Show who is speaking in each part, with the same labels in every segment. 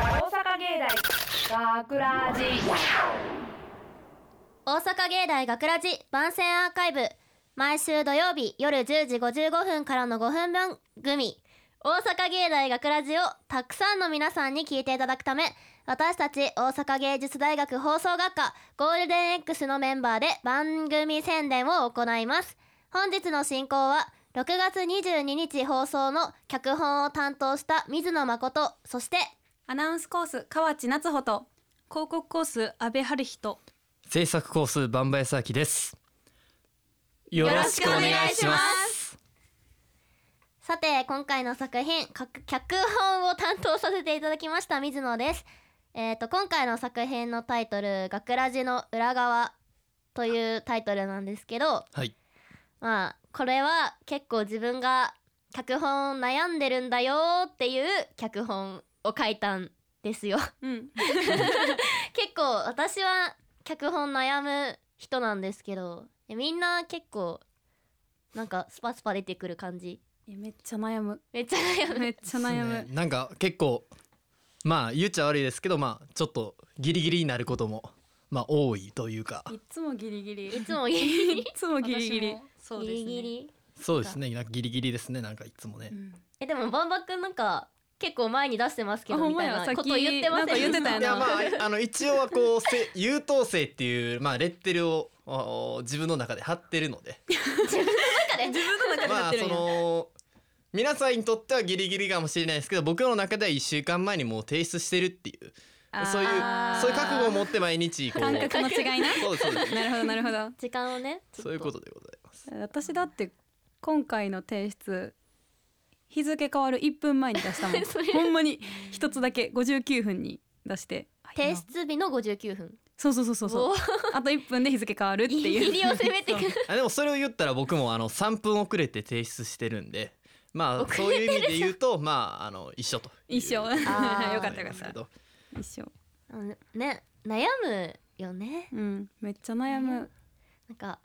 Speaker 1: 芸大学ラジ
Speaker 2: 大阪芸大学ラジ番宣アーカイブ毎週土曜日夜10時55分からの5分番組大阪芸大学ラジをたくさんの皆さんに聞いていただくため私たち大阪芸術大学放送学科ゴールデン X のメンバーで番組宣伝を行います本日の進行は6月22日放送の脚本を担当した水野誠そして
Speaker 3: アナウンスコース河内夏穂と広告コース安倍春人
Speaker 4: 制作コースバンバヤサキですよ
Speaker 3: ろしくお願いします
Speaker 2: さて今回の作品か脚本を担当させていただきました水野です。えっ、と今回の作品のタイトル「学ラジの裏側」というタイトルなんですけど
Speaker 4: はい
Speaker 2: まあこれは結構自分が脚本悩んでるんだよっていう脚本を書いたんですよ。
Speaker 3: うん
Speaker 2: 結構私は脚本悩む人なんですけどえみんな結構なんかスパスパ出てくる感じ
Speaker 3: いやめっちゃ悩む
Speaker 2: めっちゃ悩む
Speaker 3: めっちゃ悩む、
Speaker 4: そうねなんか結構まあ言っちゃ悪いですけどまあちょっとギリギリになることもまあ多いというか
Speaker 3: いっつもギリギリ
Speaker 2: い
Speaker 3: い
Speaker 2: つもギリギリ
Speaker 3: つもギリギ
Speaker 1: 私
Speaker 3: リ
Speaker 1: も
Speaker 3: そう
Speaker 2: ギ
Speaker 3: ですね
Speaker 2: リギリ
Speaker 4: そうですねなんかギリギリですねなんかいつもね、
Speaker 3: うん
Speaker 2: えでもバンバくんなんか結構前に出してますけ
Speaker 3: あ
Speaker 2: ど
Speaker 3: ほん
Speaker 2: み
Speaker 3: ま
Speaker 2: たい
Speaker 3: や
Speaker 2: な
Speaker 3: さっ
Speaker 2: こ
Speaker 3: き
Speaker 2: と言ってませ
Speaker 3: なんんか言ってたよ
Speaker 4: いやま
Speaker 3: な
Speaker 4: ああの一応はこうせ 優等生っていうまあレッテルをあ自分の中で貼ってるの で
Speaker 2: 中で
Speaker 3: 自分の中でや
Speaker 4: ま
Speaker 3: っ
Speaker 4: あ
Speaker 3: てる
Speaker 4: そ
Speaker 3: んや、
Speaker 4: の皆さんにとってはギリギリかもしれないですけど僕の中では1週間前にもう提出してるっていう
Speaker 3: あー
Speaker 4: そういうそういう覚悟を持って毎日こう
Speaker 3: 感覚の違いな
Speaker 4: そうですそうです
Speaker 3: なるほどなるほど
Speaker 2: 時間をねちょっ
Speaker 4: そういうことでございます
Speaker 3: 私だって今回の提出日付変わる1分前に出した もん
Speaker 2: それ
Speaker 3: ほんまに一つだけ59分に出してあ
Speaker 2: 提
Speaker 3: 今
Speaker 2: 出日の59分
Speaker 3: そうそうそうそうそう
Speaker 2: お
Speaker 3: あと1分で日付変わるって
Speaker 2: ギリ
Speaker 3: い
Speaker 2: ギ
Speaker 3: う
Speaker 2: リを攻めてくる
Speaker 4: あでもそれを言ったら僕もあの3分遅れて提出してるんでまあ
Speaker 2: 遅
Speaker 4: そういう意味で言うとまああの一緒という
Speaker 3: 一緒 よ
Speaker 2: ー
Speaker 3: かったよか
Speaker 4: で
Speaker 3: っ
Speaker 4: すけ
Speaker 3: た
Speaker 4: ど
Speaker 3: 一緒
Speaker 2: うんね悩むよね
Speaker 3: うんめっちゃ悩む
Speaker 2: なんか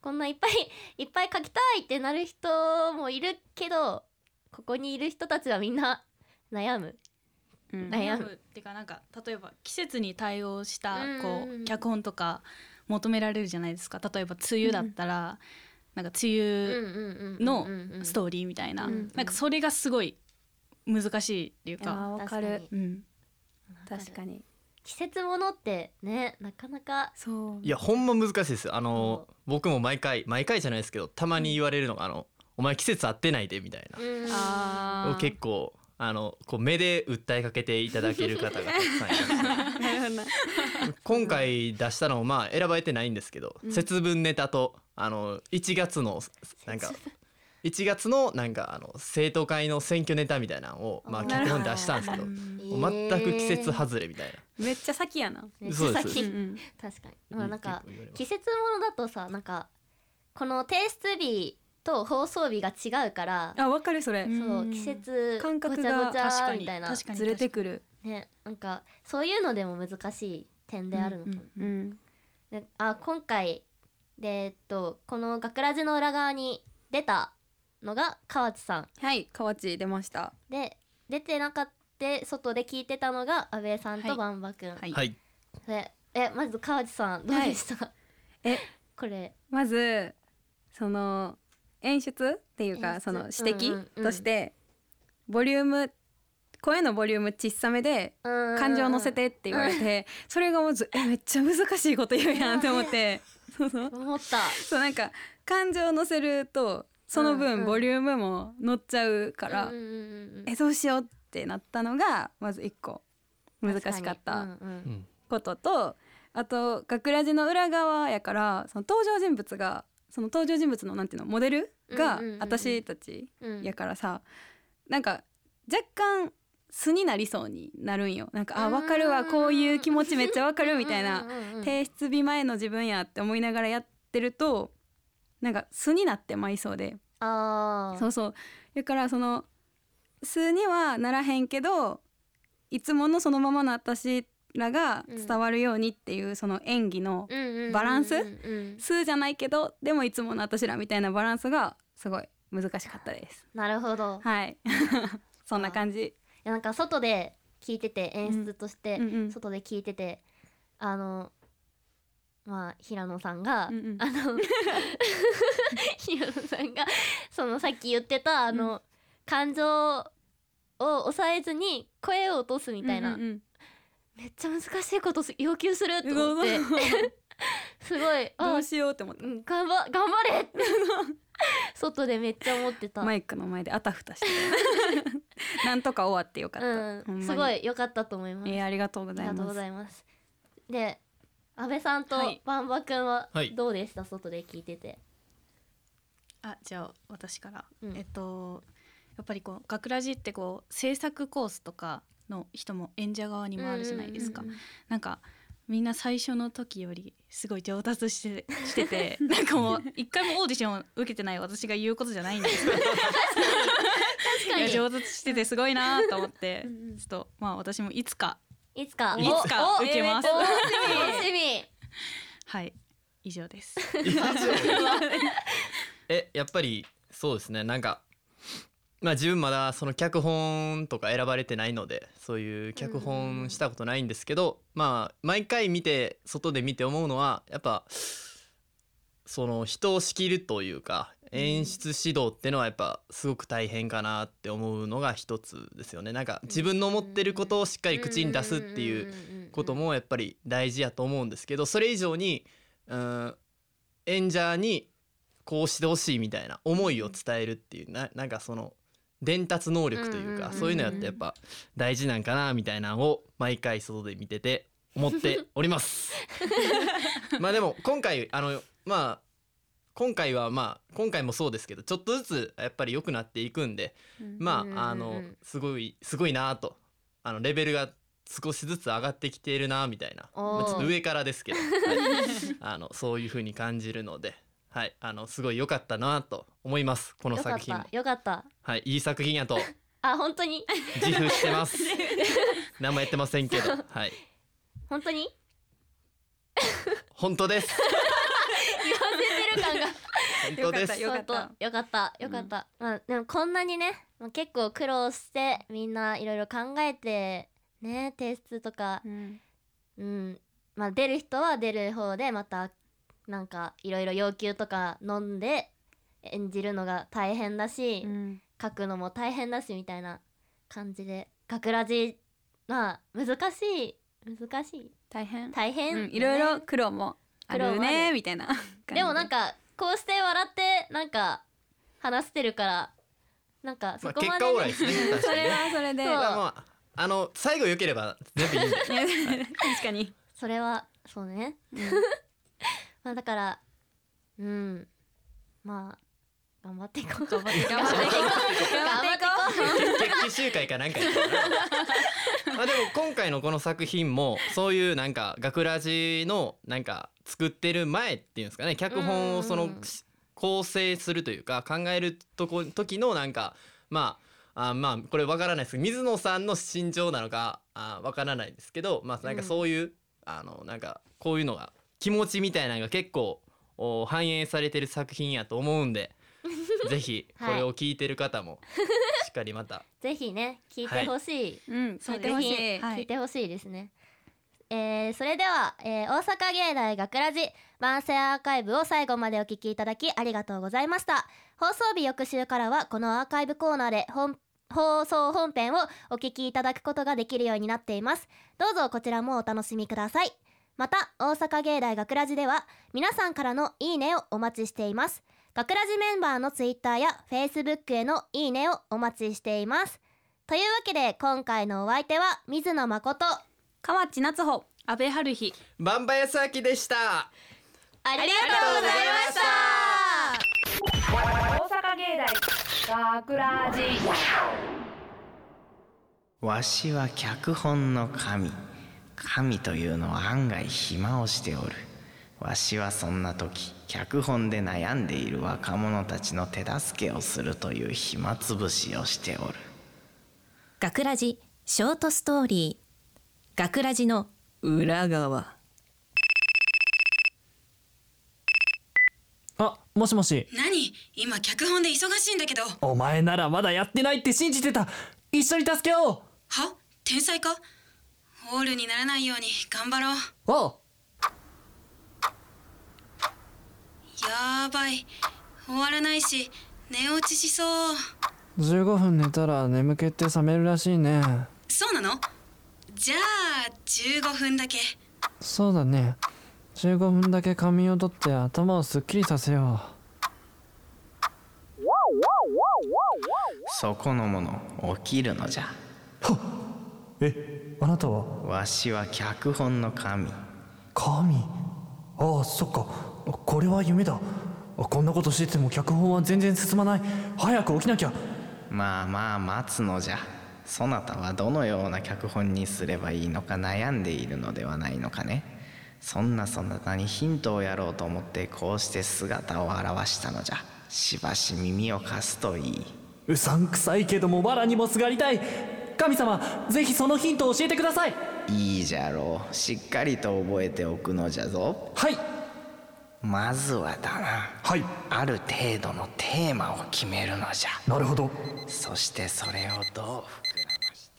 Speaker 2: こんないっぱいいっぱい書きたいってなる人もいるけどここにいる人たちはみんな悩む
Speaker 3: うん
Speaker 2: はい
Speaker 5: 悩むっていうかなんか例えば季節に対応した
Speaker 2: うん
Speaker 5: こ
Speaker 2: うんうん
Speaker 5: う脚本とか求められるじゃないですか例えば梅雨だったらなんか梅の雨ス
Speaker 2: ー
Speaker 5: トーリーみたいな
Speaker 2: うんうん
Speaker 5: なんかそれがすごい難しいっていう
Speaker 3: いやー
Speaker 5: か
Speaker 3: わかる
Speaker 5: うん
Speaker 3: 確かに
Speaker 2: 季節ものってねなかなか
Speaker 3: そう
Speaker 4: いやほんま難しいですあの僕も毎回毎回じゃないですけどたまに言われるのがあの「お前季節合ってないで」みたいな
Speaker 3: あ
Speaker 4: を結構あのこう目で訴えかけていただける方がたくさんいます
Speaker 3: 構 なるほどな
Speaker 4: 今回出したのもまあ選ばれてないんですけど、
Speaker 2: うん
Speaker 4: 節分ネタとあの1月のなんか1月のなんかあの政党会の選挙ネタみたいなのをまあ
Speaker 2: あー
Speaker 4: 脚本に出したんですけど
Speaker 5: う
Speaker 4: も
Speaker 5: ん
Speaker 2: え
Speaker 4: う
Speaker 2: ー
Speaker 4: 全く季節外れみたい
Speaker 3: めっちゃ 先やな
Speaker 2: めっち
Speaker 4: そ
Speaker 2: ゃ
Speaker 4: うです
Speaker 3: うんう
Speaker 2: 先
Speaker 3: ん
Speaker 2: 確かに、
Speaker 4: な。
Speaker 2: まあ、なんか
Speaker 4: うん結構言われます
Speaker 2: 季節ものだとさなんかこの提出日と放送日が違うから、
Speaker 3: あわかるそれ
Speaker 5: うん
Speaker 2: そう季節
Speaker 3: 感覚が
Speaker 2: ごちゃ
Speaker 5: 確
Speaker 2: ごちゃ
Speaker 5: か
Speaker 2: み
Speaker 5: に
Speaker 2: たいな
Speaker 5: 確かに
Speaker 3: ずれてくる
Speaker 2: ねなんかそういうのでも難しい点であるのかも、
Speaker 5: うん
Speaker 3: うん
Speaker 2: であ今回でえっとこの「学ラジの裏側」に出たのが河内さん
Speaker 3: はい河内出ました
Speaker 2: で出てなかった外で聞いてたのが阿部さん
Speaker 5: は
Speaker 2: と
Speaker 5: い
Speaker 2: ばんばくん、
Speaker 5: はい
Speaker 4: はい、
Speaker 2: でえまず河内さんどうでした、
Speaker 3: え
Speaker 2: これ
Speaker 3: まずその演出っていう
Speaker 2: 演
Speaker 3: か
Speaker 2: 出
Speaker 3: その指
Speaker 2: うんう
Speaker 3: 摘
Speaker 2: んうん
Speaker 3: としてボリューム声のボリューム小さめで
Speaker 2: 感
Speaker 3: 感情を乗せてって言われてそれがまずえめっちゃ難しいこと言うやんって思 ってそうそう
Speaker 2: 思った
Speaker 3: そうなんか感情を乗せるとそ
Speaker 2: う
Speaker 3: の
Speaker 2: んう
Speaker 3: 分
Speaker 2: ん
Speaker 3: ボリュームも乗っちゃうか
Speaker 2: から
Speaker 3: えどうしようってなったのがまず一個難しかった
Speaker 4: うん
Speaker 3: こととあと学ラジの裏側やからその登場人物がその登場人物のなんていうのモデルが
Speaker 2: うんうんうんうん
Speaker 3: 私たちやからさ、なんか若干素になりそうになるんよなんかあ
Speaker 2: うんうんうん
Speaker 3: 分かるわこういう気持ちめっちゃ分かるみたい
Speaker 2: う
Speaker 3: なん
Speaker 2: うんうん
Speaker 3: 提出日前の自分やって思いながらやってるとなんか素になってまいそうで
Speaker 2: あー
Speaker 3: そうそうだからその数にはならへんけどいつものそのままの私らが伝わるようにっていうその演技の
Speaker 2: うんうんうんうん
Speaker 3: バランス
Speaker 2: うんうん
Speaker 3: 数じゃないけどでもいつもの私らみたいなバランスがすごい難しかったです
Speaker 2: なるほど
Speaker 3: はい そんな感じ
Speaker 2: いやなんか外で聞いてて演出として
Speaker 3: うんうん
Speaker 2: 外で聞いてて、あのまあ平野さんが、
Speaker 3: うんうん
Speaker 2: あの 平野さんがそのさっき言ってたあの、感情を抑えずに声を落とすみたいな、
Speaker 3: うんうん
Speaker 2: めっちゃ難しいこと要求する
Speaker 3: うん
Speaker 2: と思ってすごい
Speaker 3: ど
Speaker 2: あ
Speaker 3: うしようって思っ
Speaker 2: うん頑張頑張れって外でめっちゃ思って
Speaker 3: た
Speaker 2: た。
Speaker 3: マイクの前であたふたして たなんとか終わってよかった、ほ
Speaker 2: うん
Speaker 3: ま
Speaker 2: ん、
Speaker 3: に
Speaker 2: すごい良かったと思います。
Speaker 3: えーありがとうご
Speaker 2: あ
Speaker 3: ざ
Speaker 2: り
Speaker 3: い
Speaker 2: がとうご
Speaker 3: ます
Speaker 2: ざいます。で、安倍さんと
Speaker 5: はい
Speaker 2: バンバ君は
Speaker 4: はい
Speaker 2: どうでした、外で聞いてて。
Speaker 5: あじゃあ私から、
Speaker 2: うん
Speaker 5: えっとやっぱりこう学ラジってこう制作コースとかの人も演者側にもあるじゃないですか、
Speaker 2: うんうん
Speaker 5: なんかみんな最初の時よりすごい上達 してしててなんかもう一回もオーディションを受けてない私が言うことじゃないんですけど
Speaker 2: 確か
Speaker 5: いや
Speaker 2: に
Speaker 5: 上達しててすごいなと思って
Speaker 2: うんうん
Speaker 5: ちょっとまあ私もいつか
Speaker 2: いつか
Speaker 5: いつか
Speaker 2: おお
Speaker 5: 受けます
Speaker 2: お楽しみ。
Speaker 5: はい以上 です
Speaker 4: えやっぱりそうですねなんかまあ自分まだその脚本とか選ばれてないのでそういう脚本したことないんですけど、まあ毎回見て外で見て思うのはやっぱその人を仕切るというか演出指導ってのはやっぱすごく大変かなって思うのが一つですよねなんか自分の思ってることをしっかり口に出すっていうこともやっぱり大事やと思うんですけどそれ以上にうん演者にこうしてほしいみたいな思いを伝えるっていうななんかその伝達能力とい
Speaker 2: う
Speaker 4: う
Speaker 2: んうんうんう
Speaker 4: か
Speaker 2: ん
Speaker 4: そういうのやってやっぱ大事なんかなみたいなのを毎回外で見てて思ってお ります。まあでも今回あのまあ今回はまあ今回もそうですけどちょっとずつやっぱり良くなっていくんでま
Speaker 2: うんうんうん
Speaker 4: ああのすごいすごいなとあのレベルが少しずつ上がってきているなみたいな、
Speaker 2: おー
Speaker 4: まあちょっと上からで すけど、はいあのそういう風に感じるので、はい、あのすごい良かったなと思いますこの
Speaker 2: よか
Speaker 4: 作
Speaker 2: っ
Speaker 4: 品も
Speaker 2: た、、よかった。
Speaker 4: はい、いい作品やと
Speaker 2: あ、本当に、
Speaker 4: 自負してます何もやってませんけど、はい、
Speaker 2: 本当に。
Speaker 4: 本当です
Speaker 2: 言わせてる感が。
Speaker 4: 本当で
Speaker 3: よかった
Speaker 4: す
Speaker 3: よ
Speaker 2: 本当よかった、よかった。まあ、でも、こんなにね、まあ、結構苦労して、みんないろいろ考えて。ね、提出とか
Speaker 3: うん
Speaker 2: うん、まあ出る人は出る方でまたなんかいろいろ要求とか飲んで演じるのが大変だし、
Speaker 3: うん
Speaker 2: 書くのも大変だしみたいな感じで学ラジまあ難しい難しい
Speaker 3: 大変
Speaker 2: 大変、
Speaker 3: うんいろいろ苦労もある
Speaker 2: 苦労もあ
Speaker 3: ね
Speaker 2: る
Speaker 3: みたいな感じ
Speaker 2: でもなんかこうして笑ってなんか話してるからなんかそ
Speaker 4: まあ、
Speaker 2: こ
Speaker 4: 結
Speaker 2: まで
Speaker 4: 果オー
Speaker 2: ね、
Speaker 4: ライですね確
Speaker 3: そ
Speaker 4: か
Speaker 3: れ
Speaker 4: にね
Speaker 3: はそれで
Speaker 2: そう
Speaker 4: まあまああの最後良ければ全部いいんで
Speaker 3: ね確かに
Speaker 2: それはそうね、
Speaker 3: ん
Speaker 2: まあだからうんまあ頑張っていこう
Speaker 3: 頑張っていこう頑張っていこう
Speaker 4: 決起集会かなんかやったかなまあでも今回のこの作品もそういうなんか学ラジのなんか作ってる前っていうんですかね脚本をそ
Speaker 2: うん
Speaker 4: の
Speaker 2: うんうん
Speaker 4: 構成するというか考えるとこ時のなんかまああまあこれわからないですけど水野さんの心情なのかあわからないですけどまあなんかそういう、あのなんかこういうのが気持ちみたいなのが結構お反映されてる作品やと思うんでぜひこれを聞いてる方もしっかりまた
Speaker 2: ぜひね聞いてほしい、
Speaker 3: うん聞いてほしい
Speaker 5: はい
Speaker 2: 聞いてほしいですね、えーそれでは、えー大阪芸大学ラジ万世アーカイブを最後までお聞きいただきありがとうございました放送日翌週からはこのアーカイブコーナーで本放送本編をお聞きいただくことができるようになっていますどうぞこちらもお楽しみくださいまた大阪芸大学ラジでは皆さんからのいいねをお待ちしています学ラジメンバーのツイッターやフェイスブックへのいいねをお待ちしていますというわけで今回のお相手は水野誠
Speaker 3: 河内夏穂
Speaker 5: 安倍春日
Speaker 4: バンバヤスアキでした
Speaker 2: ありがと
Speaker 4: うございました
Speaker 1: 大阪芸大学ラジ
Speaker 6: わしは脚本の神神というのは案外暇をしておるわしはそんな時脚本で悩んでいる若者たちの手助けをするという暇つぶしをしておる
Speaker 7: 学ラジショートストーリー学ラジの裏側
Speaker 8: あもしもし
Speaker 9: 何今脚本で忙しいんだけど
Speaker 8: お前ならまだやってないって信じてた一緒に助けよう
Speaker 9: は
Speaker 3: 天才かオールにならないように頑張ろう
Speaker 7: おう
Speaker 3: やばい終わらないし寝落ちしそう
Speaker 8: 15分寝たら眠気って覚めるらしいね
Speaker 3: そうなのじゃあ15分だけ
Speaker 8: そうだね15分だけ仮眠をとって頭をすっきりさせよ
Speaker 6: そこのもの起きるのじゃ
Speaker 8: うえあなたは
Speaker 6: わしは脚本の神
Speaker 8: 神ああそっかこれは夢だこんなことしてても脚本は全然進まない早く起きなきゃ
Speaker 6: まあまあ待つのじゃそなたはどのような脚本にすればいいのか悩んでいるのではないのかねそんなそなたにヒントをやろうと思ってこうして姿を現したのじゃしばし耳を貸すといいう
Speaker 8: さんくさいけどもバラにもすがりたい神様ぜひそのヒントを教えてください
Speaker 6: いいじゃろうしっかりと覚えておくのじゃぞ
Speaker 8: はい
Speaker 6: まずはだな
Speaker 8: はい
Speaker 6: ある程度のテーマを決めるのじゃ
Speaker 8: なるほど
Speaker 6: そしてそれをどう膨らまし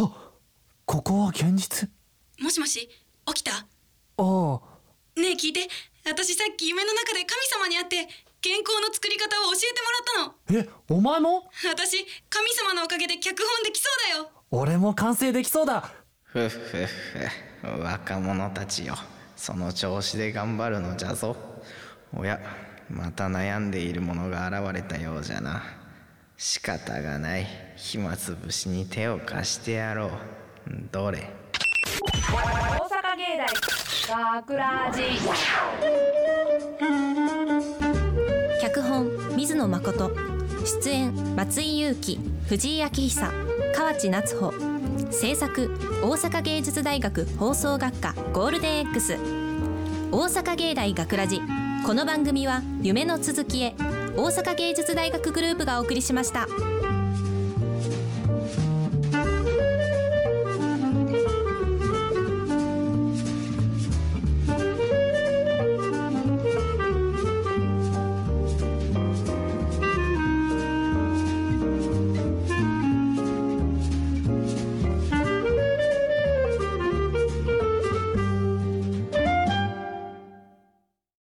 Speaker 8: あここは現実
Speaker 3: もしもし起きた
Speaker 8: ああ
Speaker 3: ねえ聞いて私さっき夢の中で神様に会って原稿の作り方を教えてもらっ
Speaker 8: えお前も
Speaker 3: たの私神様のおかげで脚本できそうだよ
Speaker 8: 俺も完成できそうだ
Speaker 6: ふっふっふ若者たちよその調子で頑張るのじゃぞおやまた悩んでいるものが現れたようじゃな仕方がない暇つぶしに手を貸してやろうどれ
Speaker 1: 大阪芸大学ラジ
Speaker 7: 脚本水野誠出演松井裕樹藤井明久河内夏穂制作大阪芸術大学放送学科ゴールデン X 大阪芸大学ラジこの番組は夢の続きへ大阪芸術大学グループがお送りしました。